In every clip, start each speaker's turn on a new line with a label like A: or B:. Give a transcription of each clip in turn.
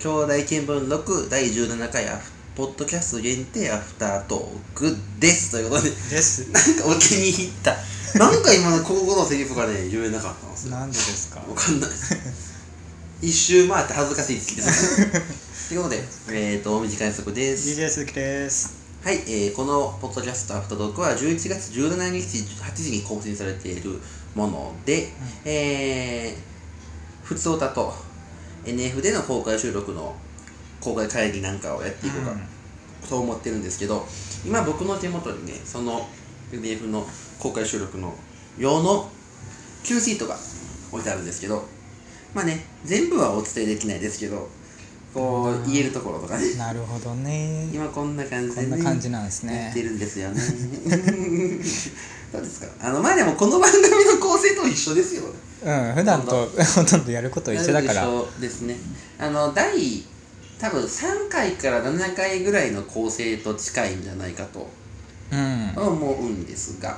A: 兄弟見聞録第17回アフポッドキャスト限定アフタートークですということで
B: です
A: なんかお気に入ったなんか今のここのセリフがね言えなかったんですよ
B: なんでですか
A: わかんない一周回って恥ずかしいですけどということでえっ、ー、と短い速です
B: DJ 鈴木です
A: はい、えーこのポッドキャストアフタートークは11月17日8時に更新されているもので、えー、普通歌と NF での公開収録の公開会議なんかをやっていこうか、と思ってるんですけど、今僕の手元にね、その NF の公開収録の用の Q シートが置いてあるんですけど、まあね、全部はお伝えできないですけど、こう言えるところとかね、
B: うんなるほどね
A: 今こんな感じで、
B: こ
A: ね、
B: んな感じなんですね
A: やってるんですよね どうですかあのまあでもこの番組の構成と一緒ですよ
B: うん普段とほとんどやること一緒だから
A: 一緒ですねあの第多分3回から7回ぐらいの構成と近いんじゃないかと
B: うん
A: 思うんですが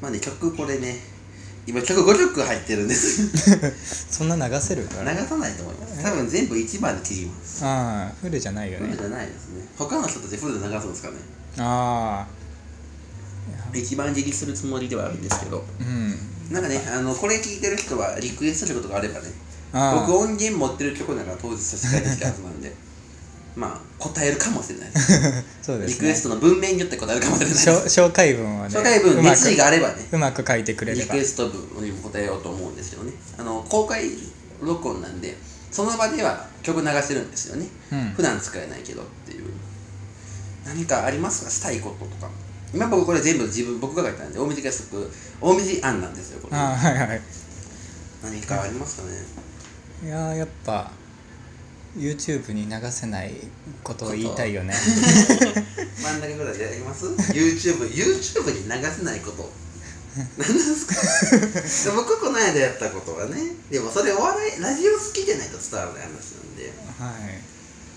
A: まあね曲これね今曲5曲入ってるんです
B: そんな流せるか
A: 流
B: ら
A: さないと思います多分全部1番で切ります
B: ああフルじゃないよ
A: フル
B: ね
A: じゃないですね他の人たちフルで流すんですかね
B: あ
A: 一番切りするつもりではあるんですけど
B: あうん
A: なんかね、あのこれ聞いてる人はリクエストすることがあればね、
B: ああ
A: 僕音源持ってる曲なら当日差し替えてきたはずなんで、まあ答えるかもしれないです。
B: そうで
A: リ
B: す
A: クエスト
B: ね
A: の文面によって答えるかもしれないです。
B: しょ紹介文はね
A: 紹介文、
B: うまく
A: 熱意があればね、
B: うまく書いてくれ
A: リ
B: れば
A: クエスト文にも答えようと思うんですけどね、あの公開録音なんで、その場では曲流してるんですよね。
B: うん
A: 普段使えないけどっていう。何かありますかしたいこととか。今僕これ全部自分僕が書いたんで、大水合宿、大水案なんですよ、これ。
B: ああはいはい
A: 何かありますかね、
B: いやーやっぱ YouTube に流せないことを言いたいよね
A: 真ん中ぐらいでやります YouTube, YouTube に流せない こと何なんですかで僕この間やったことはねでもそれお笑いラジオ好きじゃないと伝わらない話なんで
B: は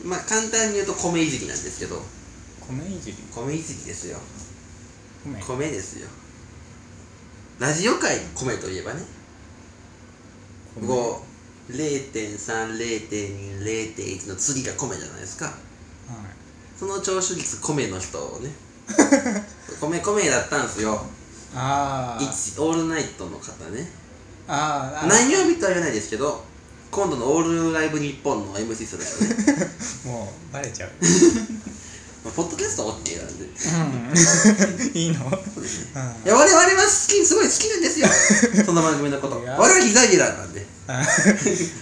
B: い
A: まあ簡単に言うと米いじりなんですけど
B: 米いじり
A: 米いじりですよ
B: 米
A: 米ですよラジオ界の米といえばね50.30.20.1の次が米じゃないですか
B: はい
A: その聴取率米の人を ね米米だったんですよ
B: あー
A: 一オールナイトの方ね
B: あーあ
A: 何曜日とは言わないですけど今度の「オールライブニッポン」の MC さんです よね
B: もうバレちゃう
A: まあポッドキャストは OK なんで
B: うん いいの
A: いや我々は好きすごい好きなんですよ その番組のこと
B: い
A: 我
B: や
A: 々は膝ギラーなんで
B: あ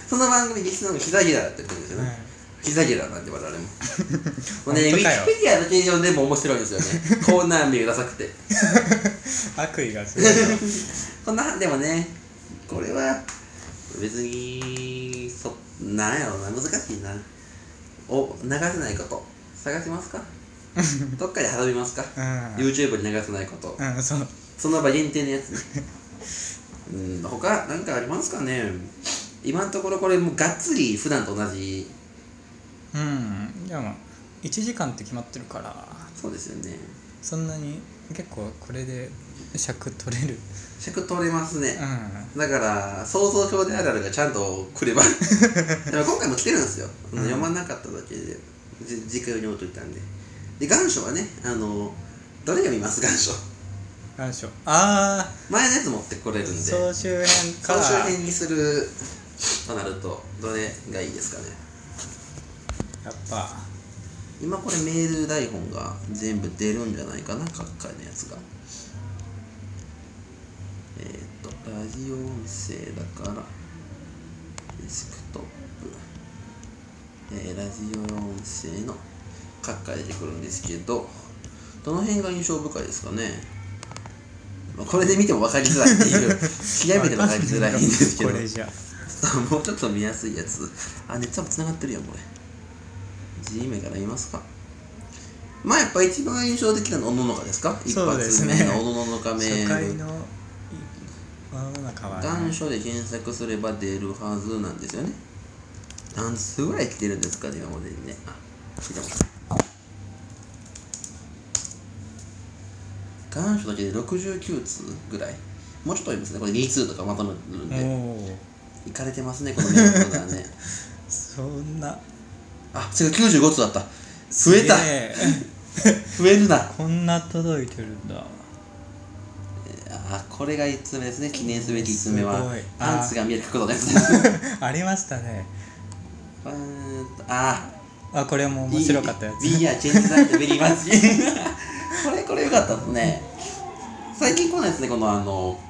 A: その番組リスナーの膝ギラーって言ってるんですよね、膝ギラーなんで我 々ももうねウィキ
B: 本当かよ
A: ペディアだけで読んでも面白いんですよ ねコーナー名がダサくて
B: 悪意がすごいよ
A: こんなでもねこれは別にそなんやろうな難しいなお流せないこと探し ますかどっかで挟みますか
B: うん
A: YouTube に流せないこと
B: うんそう
A: その場限定のやつ ねうん他何かありますかね今のところこれもうがっつり普段と同じ
B: うんでも1時間って決まってるから
A: そうですよね
B: そんなに結構これで尺取れる
A: 尺取れますね
B: う、ん
A: だから想像表であるあるがちゃんと来 ればでも今回も来てるんですよ、あの
B: うん
A: 読まなかっただけでじ次回用に置いといたんでで願書はねあのどれ読みます願書
B: 何でしょうあ
A: 前のやつ持ってこれるん
B: あ
A: で
B: 総集編か
A: 総集編にするとなるとどれがいいですかね
B: やっぱ
A: 今これメール台本が全部出るんじゃないかな各回のやつがえーっ、とラジオ音声だからデスクトップ、えーラジオ音声の各回出てくるんですけどどの辺が印象深いですかねまあこれで見ても分かりづらいっていう極めて分かりづらいんですけど
B: これじゃ
A: そう もうちょっと見やすいやつあネットワークつながってるやんこれ G 名から見ますかまあやっぱ一番印象的なのはおののかですか
B: そうですね
A: 一発目のおののかメ
B: 初回
A: ール
B: の世の中は
A: 願書で検索すれば出るはずなんですよね何通ぐらい来てるんですかね今までにねあ来てます願書だけで69通ぐらいもうちょっと多いですねこれ2通とかまとめるん
B: お
A: で
B: おー
A: いかれてますねこのメールコーナーね
B: すそんな
A: あそれが95通だった増えた
B: すげえ
A: 増えるな
B: こんな届いて るんだ
A: あこれが1通目ですね記念すべき1通目は
B: すごいあー
A: パンツが見えることです
B: ありましたね
A: パーンとあ
B: あこれも
A: ー
B: 面白かったやつ
A: We are change that very much これこれよかったですね最近来ないですねこのあの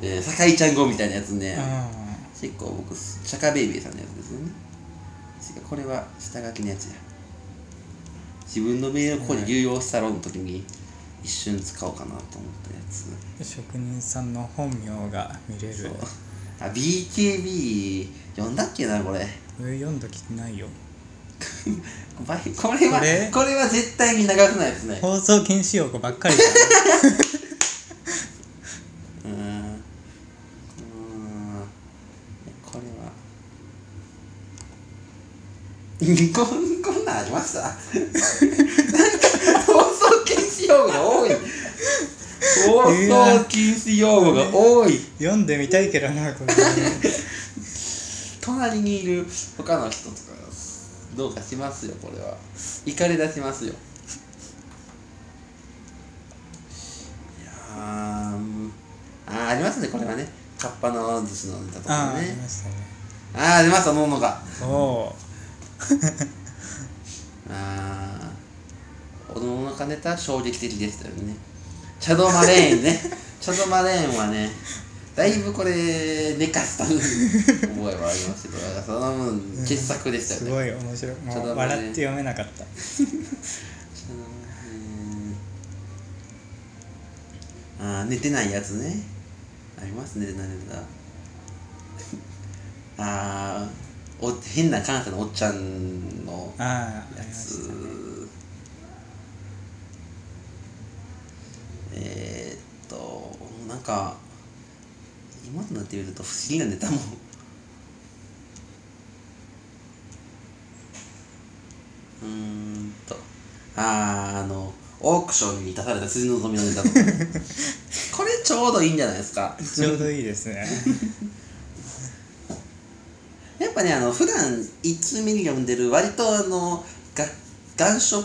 A: えー、酒井ちゃん語みたいなやつね、
B: う
A: 結構僕シャカベイビーさんのやつですよね違うこれは下書きのやつや自分のメールをここに流用したろうの時に一瞬使おうかなと思ったやつ
B: ん職人さんの本名が見れる
A: そうあ BKB 読んだっけなこれ
B: 俺読んだ気ないよ
A: バイこれは
B: こ
A: こ
B: れ
A: れは絶対に流せないですね
B: 放送禁止用語ばっか りじゃ
A: うーんうーんこれはこんこんなんありましたなんか放送禁止用語が多い放送禁止用語が多い
B: ん読んでみたいけどなこ れ
A: 隣にいる他の人とかどうかしますよこれは怒り出しますよいやーうんあーありますねこれはねカッパの寿司のネタと
B: あ
A: か
B: ああり
A: ね
B: ましたね
A: ああー出ましたののが
B: おお
A: ああおののかネタ衝撃的でしたよねチャドマレーンねチャドマレーンはねだいぶこれ寝かした覚えはありますけどだからその分傑作でした
B: す
A: よね
B: ごい面白い
A: ちょっ
B: も
A: と待って
B: う笑って読めなかった
A: うーんあー寝てないやつねありますね寝てないやつだ あーお変な関西のおっちゃんのや
B: ああありまし
A: つ
B: た
A: えー、っとなんか今となってみると不思議なネタもうーんとあーあのオークションに出された辻のぞみのネタ とかこれちょうどいいんじゃないですか
B: ちょうどいいで すね
A: やっぱねあの普段一通目に読んでる割とあのが願書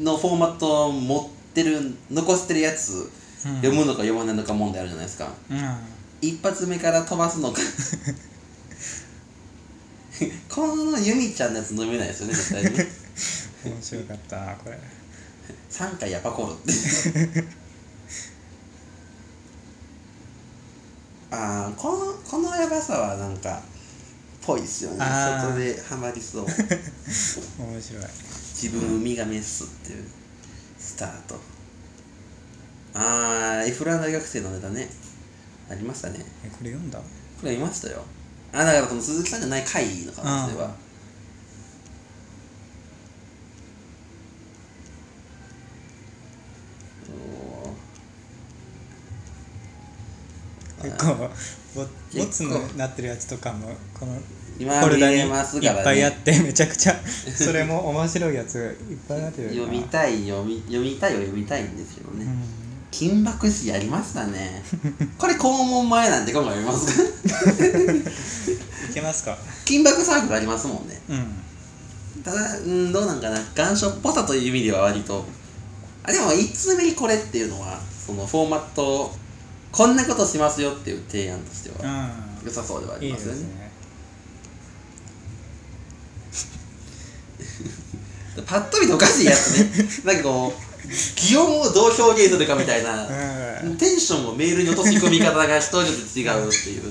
A: のフォーマットを持ってる残してるやつ、
B: うん
A: 読むのか読まないのか問題あるじゃないですか
B: うん
A: 一発目から飛ばすのか このユミちゃんのやつ飲めないですよね絶対にね
B: 面白かったなこれ
A: 3回やっぱコールって ああこのこのやばさはなんかぽいっすよね
B: あー
A: 外でハマりそう
B: 面白い
A: 自分を磨めっすっていうスタートああエフラン大学生のネタねありましたね
B: えこれ読んだ
A: これ見ましたよあだからこの鈴木さんじゃない回の可能性はおー
B: 結構ボボツ
A: 結
B: に
A: 構
B: なってるやつとかもこの
A: 今
B: フォルダ
A: 見
B: に
A: れます
B: い
A: からね
B: っぱいあってめちゃくちゃそれも面白いやついっぱいなってるよ
A: 読
B: な
A: みたい読み読みたいは読みたいんですけどね、
B: うん
A: 金箔師やりました ねこれ肛門前なんで今回読みますか
B: いけますか
A: 金箔サークルありますもんね
B: うん
A: ただうんどうなんかな願書っぽさという意味では割とあでも1通目にこれっていうのはそのフォーマットをこんなことしますよっていう提案として
B: う
A: は
B: ん
A: 良さそうではあ
B: い
A: り
B: い
A: ま
B: です
A: よね
B: すね
A: パッと見ておかしいやつねなんかこう擬音をどう表現するかみたいな
B: う
A: テンションをメールに落とし込み方が人によって違うっていう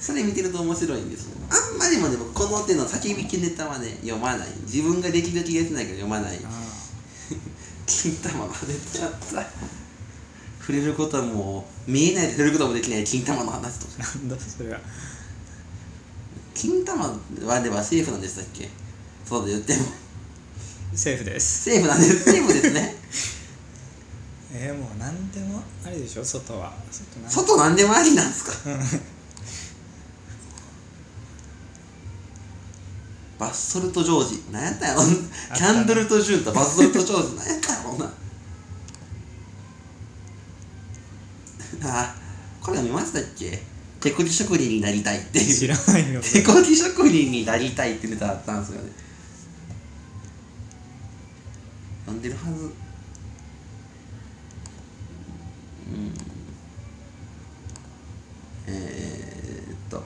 A: それ見てると面白いんですよあんまりもでもこの手の先引きネタはね読まない自分ができる気がしないけど読まない金玉が出ちゃった触れることはもう見えないで触れることもできない金玉の話とか
B: なんだそれは
A: 金玉はではセーフなんでしたっけそうで言っても
B: セーフです
A: セーフなんですセーフですね
B: えー、もう何でもあれでしょ外は外なん
A: 外なんでもありなんですかバッソルトジョージなんやったんやろ
B: あったね
A: キャンドルとジューンとバッソルトジョージなんやったんやろなあこれ見ましたっけ手こぎ職人になりたいってい
B: 知
A: う
B: らないよ
A: 手こぎ職人になりたいってネタあったんですよね飲んでるはずうんえー、っと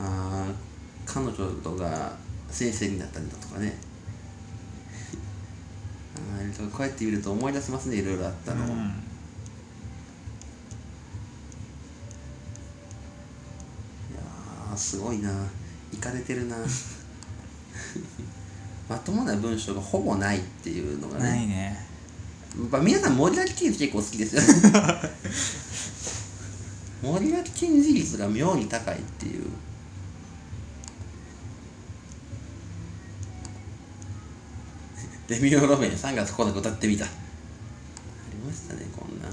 A: あー彼女とか先生になったりだとかね あーこうやって見ると思い出せますねいろいろあった
B: う
A: のを、い
B: ん
A: やーすごいなイかれてるな まともな文章がほぼないっていうのが
B: な
A: ね
B: いね
A: やっぱ皆さん森脇健児結構好きです よね森脇健児率が妙に高いっていうレミオロメン3月9日歌ってみたありましたねこんな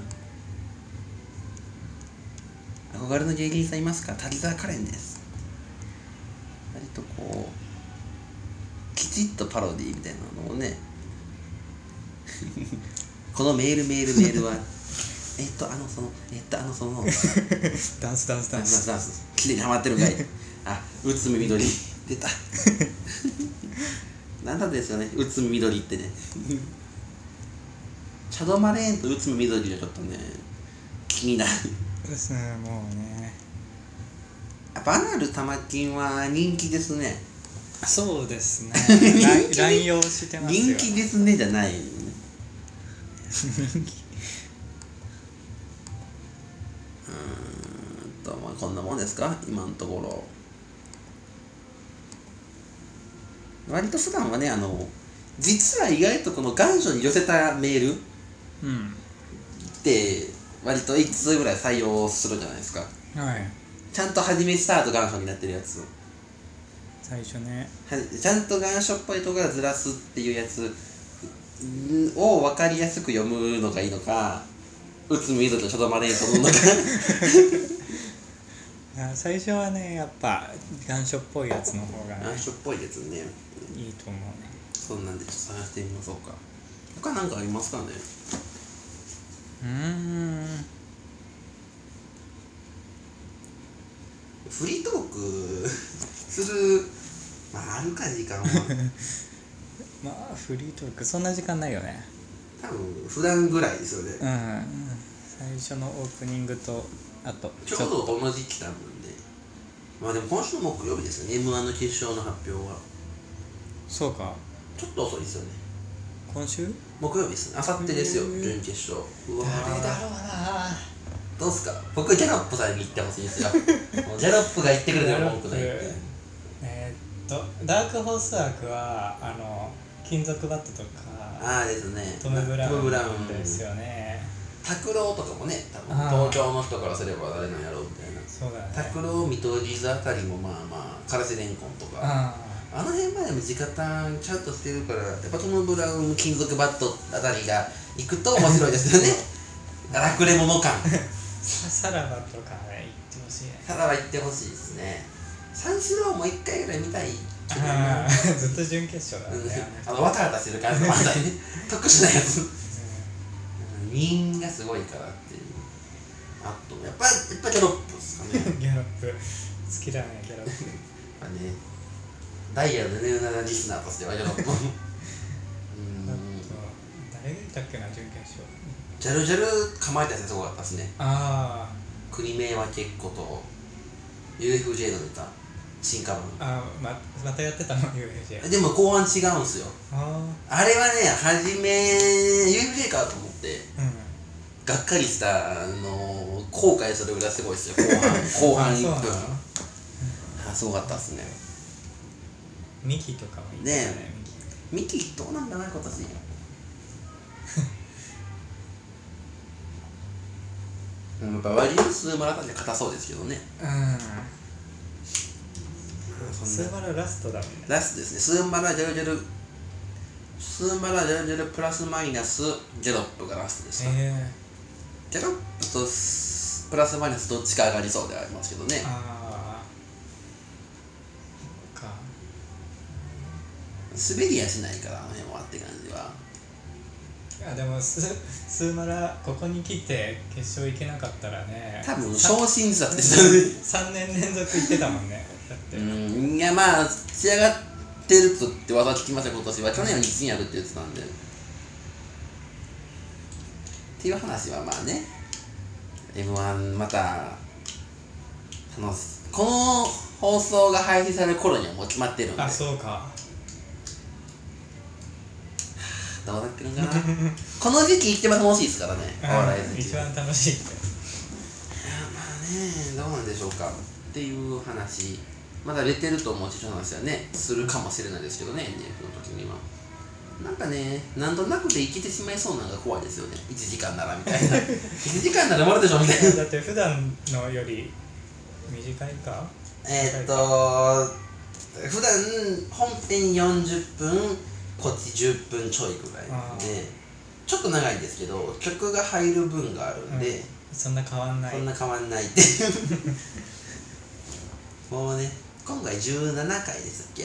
A: ん憧れの芸人さんいますか滝沢カレンです割とこうきちっとパロディみたいなのをねこのメールメールメールは えっとあのそのえっとあのそのダンス
B: ダンスダンスダ
A: ダ
B: ン
A: ン
B: ス
A: スダンスきれいにハマってるんかいあうつみみどり出た なんだですよねうつみみどりってねシャドーマレーンとうつみみどりがちょっとね気になる
B: ですねもうね
A: あバナル玉金は人気ですね
B: そう ですね
A: 人気
B: 乱乱用してますよ
A: 人気ですねじゃないよね
B: 人気
A: うーんとまあこんなもんですか今のところ割と普段はねあの実は意外とこの願書に寄せたメールっ
B: うん
A: て割と1通ぐらい採用するじゃないですか
B: はい
A: ちゃんと初めスタート願書になってるやつを
B: 最初ね
A: はちゃんと願書っぽいとこからずらすっていうやつんを分かりやすく読むのがいいのかうつみどりのシャドーマレーンと思うのか
B: あ最初はねやっぱ願書っぽいやつの方が、
A: 願
B: ね、
A: 書っぽいですね
B: いいと思うね
A: そんなんでちょっと探してみましょうか他なんかありますかね
B: うーん
A: フリートークするまああるか時間は
B: まあフリートークそんな時間ないよね
A: 多分普段ぐらいですよ
B: う
A: ね
B: ん最初のオープニングとあと
A: ちょうどこの時期多分ねまあでも今週木曜日ですよね m 1の決勝の発表は
B: そうか
A: ちょっと遅いですよね
B: 今週
A: 木曜日ですねあさってですよ
B: へー
A: 準決勝うわ
B: 誰だ
A: ー
B: ろうな
A: どうっすか僕ギャロップさんに行ってほしいんです よもうギャロップが行ってくれたら文句ないっ
B: ギャロッ
A: て
B: プえーっとダークホース枠はあの金属バットとか
A: ああですね
B: トム・ブラ
A: トムブラウ
B: ウ
A: ン
B: ンですよね
A: 拓郎とかもね多分
B: あー
A: 東京の人からすれば誰なんやろうみたいな
B: そうだね
A: 拓郎見取り図あたりもまあまあからせれんこんとか
B: あ
A: あの辺までも地方ちゃんとしてるからやっぱトム・ブラウン金属バットあたりが行くと面白いですよ ね楽れ者感
B: あささらばとかね言ってほしいね
A: ただは行ってほしいですね三四郎も一回ぐらい見たいけど
B: あ
A: な
B: あずっと準決勝だ
A: う
B: ね
A: んあのわたわたしてる感じの漫才ね特殊なやつ人がすごいからっていうあとやっぱやっぱギャロップですかね
B: うんギャロップ好きだねギャロップ
A: まあね、ダイヤの77リスナーとしてはけどうーん
B: あと誰がいたっけな準決勝
A: ジャルジャル構えたやつすごかったですね
B: あ
A: 国名は結構と UFJ のネタ進化版
B: あああままたやってたの UFJ
A: でも後半違うんすよ
B: あ
A: あれはね初め UFJ かと思って
B: あうん
A: がっかりしたあの後悔するぐらいすごいですよ後半
B: あ
A: 後
B: そう
A: 半1
B: なの
A: 分あすごかったっすね
B: ミキとかもいた
A: ねえ
B: ミキ
A: ミキどうなんだな今年 うんやっぱ割り数マラソンで硬そうですけどね
B: うん
A: そ
B: ス
A: ん
B: ー
A: な
B: バルラストだもんね
A: ラストですねスーマラジャルジャルスーマラジャルジャルプラスマイナスギャロップがラストでした、
B: え
A: ギャロップとスプラスマイナスどっちか上がりそうではありますけどね
B: えああそっか
A: 滑りやしないからあの辺はって感じは
B: あでも ススーマラここに来て決勝行けなかったらね
A: 多分
B: さ
A: 昇進者って
B: 3年連続行ってたもんねだって、
A: うんいやまあ仕上がってるとって技聞きますよ今年は去年は日銀やるって言ってたんでっていう話はまあね m 1また楽しこの放送が配信される頃に はもう決まってるんで
B: あそうか
A: どうなってるんかなこの時期一番楽しいですからねお笑い好
B: うん
A: き
B: 一番楽しいって
A: まあねどうなんでしょうかっていう話まだ出てると思うしそういう話はねするかもしれないですけどね NF の時にはなんかね何となくで生きてしまいそうなのが怖いですよね1時間ならみたいな1時間ならまるでしょみたいな
B: だって普段のより短いか
A: えーっと普段本編40分こっち10分ちょいぐらいなんでちょっと長いんですけど曲が入る分があるんで、
B: そんな変わんない
A: そんな変わんないっていう もうね今回17回でしたっけ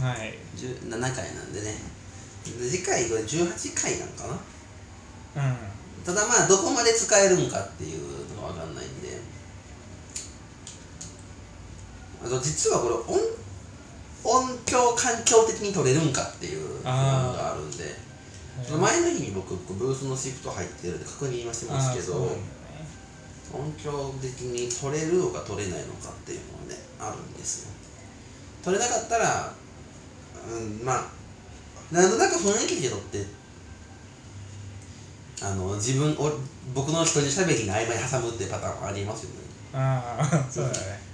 B: はい
A: 17回なんでねで次回が18回なんかな
B: う
A: ただまあどこまで使えるんかっていうのが分かんないんであと実はこれ音音響環境的に取れるんかっていうのがあるんでその
B: ん
A: 前の日に僕ブースのシフト入ってるんで確認はしてますけ
B: あーそう
A: ど
B: なんだね
A: 音響的に取れるのか取れないのかっていうのもねあるんですよ取れなかったらうんまあなんとなく雰囲気で取ってあの自分お僕の人に喋りの合間に挟むっていうパターンはありますよね
B: ああそうだね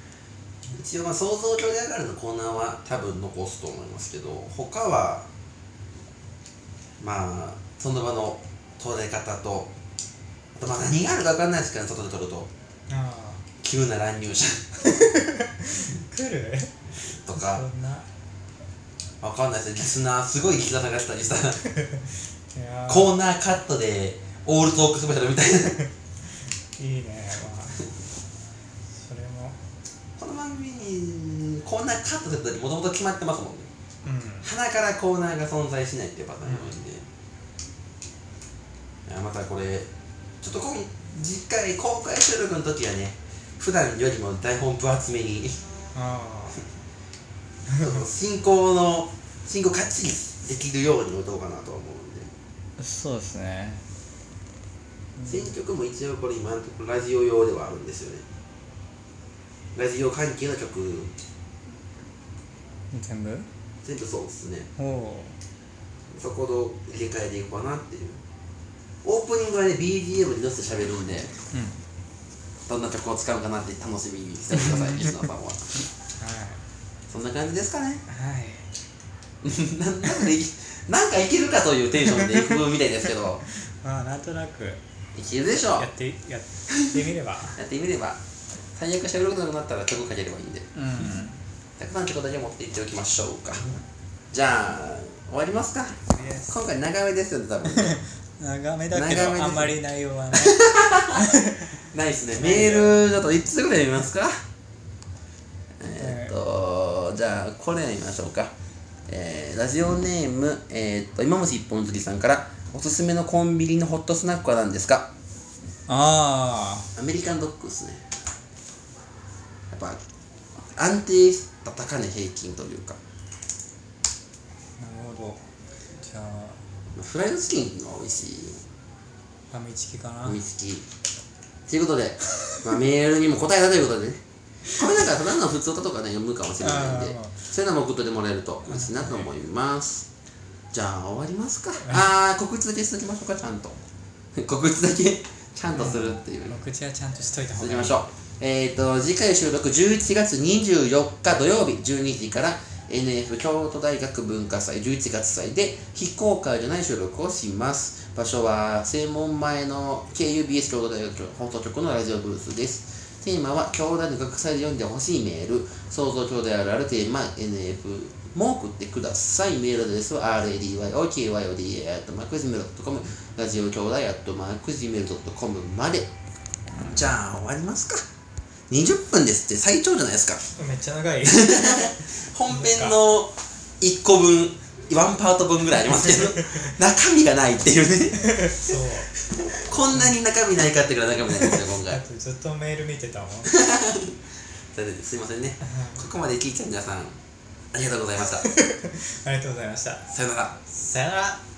A: 一応まあ想像上で上がるのコーナーは多分残すと思いますけど他はまあその場の取れ方とあとまあ何があるか分かんないですからね外で取ると
B: あ
A: 急な乱入者
B: あ来る
A: と
B: そ
A: か
B: んな
A: わかんないですね、リスナー、すごい聞き方がしたりさ、
B: いやー
A: コーナーカットで、オールトークスペシャルみたいな。
B: いいねまあそれも
A: この番組に、コーナーカットするときもともと決まってますもんね。
B: うん
A: 鼻からコーナーが存在しないっていうパターンが多いんで。いやまたこれ、ちょっと今、次回公開収録の時はね、普段よりも台本分厚めに、
B: あ
A: ちょっと進行の、進行かっちりできるように打とうかなと思うんで。
B: あそうですね
A: 選曲も一応これ今のところラジオ用ではあるんですよねラジオ関係の曲
B: 全部
A: 全部そうですね
B: おお
A: そこを入れ替えていこうかなっていうオープニングはね BGM に乗せて喋るんで
B: うんはい
A: どんな曲を使うかなって楽しみにしておいてくださいリスナーさんはそんな感じですかね
B: はい
A: なんなんかでいなんかいけるかというテンションでいくみたいですけど
B: まあなんとなく
A: いけるでしょう
B: やってやってみれば
A: やってみれば最悪喋ることなくなったら曲かければいいんで
B: うん
A: たくさん曲だけ持っていっておきましょうかじゃあ終わりますか今回長めですよね 多分
B: 長めだけ
A: 長めです
B: どあんまり内容はね
A: ないっすねメールだといつぐらい見ますかえーっとじゃあこれ見ましょうかえーラジオネーム、えーっと今虫一本釣りさんからおすすめのコンビニのホットスナックは何ですか
B: あ
A: アメリカンドッグですねやっぱ安定した高値平均というか
B: あなるほどじゃあ
A: フライドチキンが美味しい
B: ファミチキかな
A: 思いつきということで、 まあ、メールにも答えたということでねこれなんかただの普通歌とかね読むかもしれないんで
B: あー
A: そういうのも送っといてもらえると嬉しいなと思いますじゃあ終わりますかあー告知だけしときましょうかちゃんと告知だけちゃんとするっていうね
B: 告知はちゃんとしといた方
A: 続
B: が
A: き
B: いい
A: ましょうえっ、ー、と次回収録11月24日土曜日12時から NF 京都大学文化祭11月祭で非公開じゃない収録をします場所は正門前の KUBS 京都大学放送局のラジオブースですテーマは京大の学祭で読んでほしいメール想像京大あるあるテーマ NF も送ってくださいメールアドレスは radyokyodai.macgmail.com ラジオ兄弟 .macgmail.com までじゃあ終わりますか20分ですって 最長じゃないですか
B: めっちゃ長い
A: 本編の1個分ワンパート分ぐらいありますけど中身がないっていうね
B: そう
A: こんなに中身ないかってぐらい中身ないんですよ今
B: だ
A: 回
B: ってずっとメール見てたもん
A: だってすいませんねここまで聞いた皆さんありがとうございました
B: ありがとうございました
A: さよなら
B: さよなら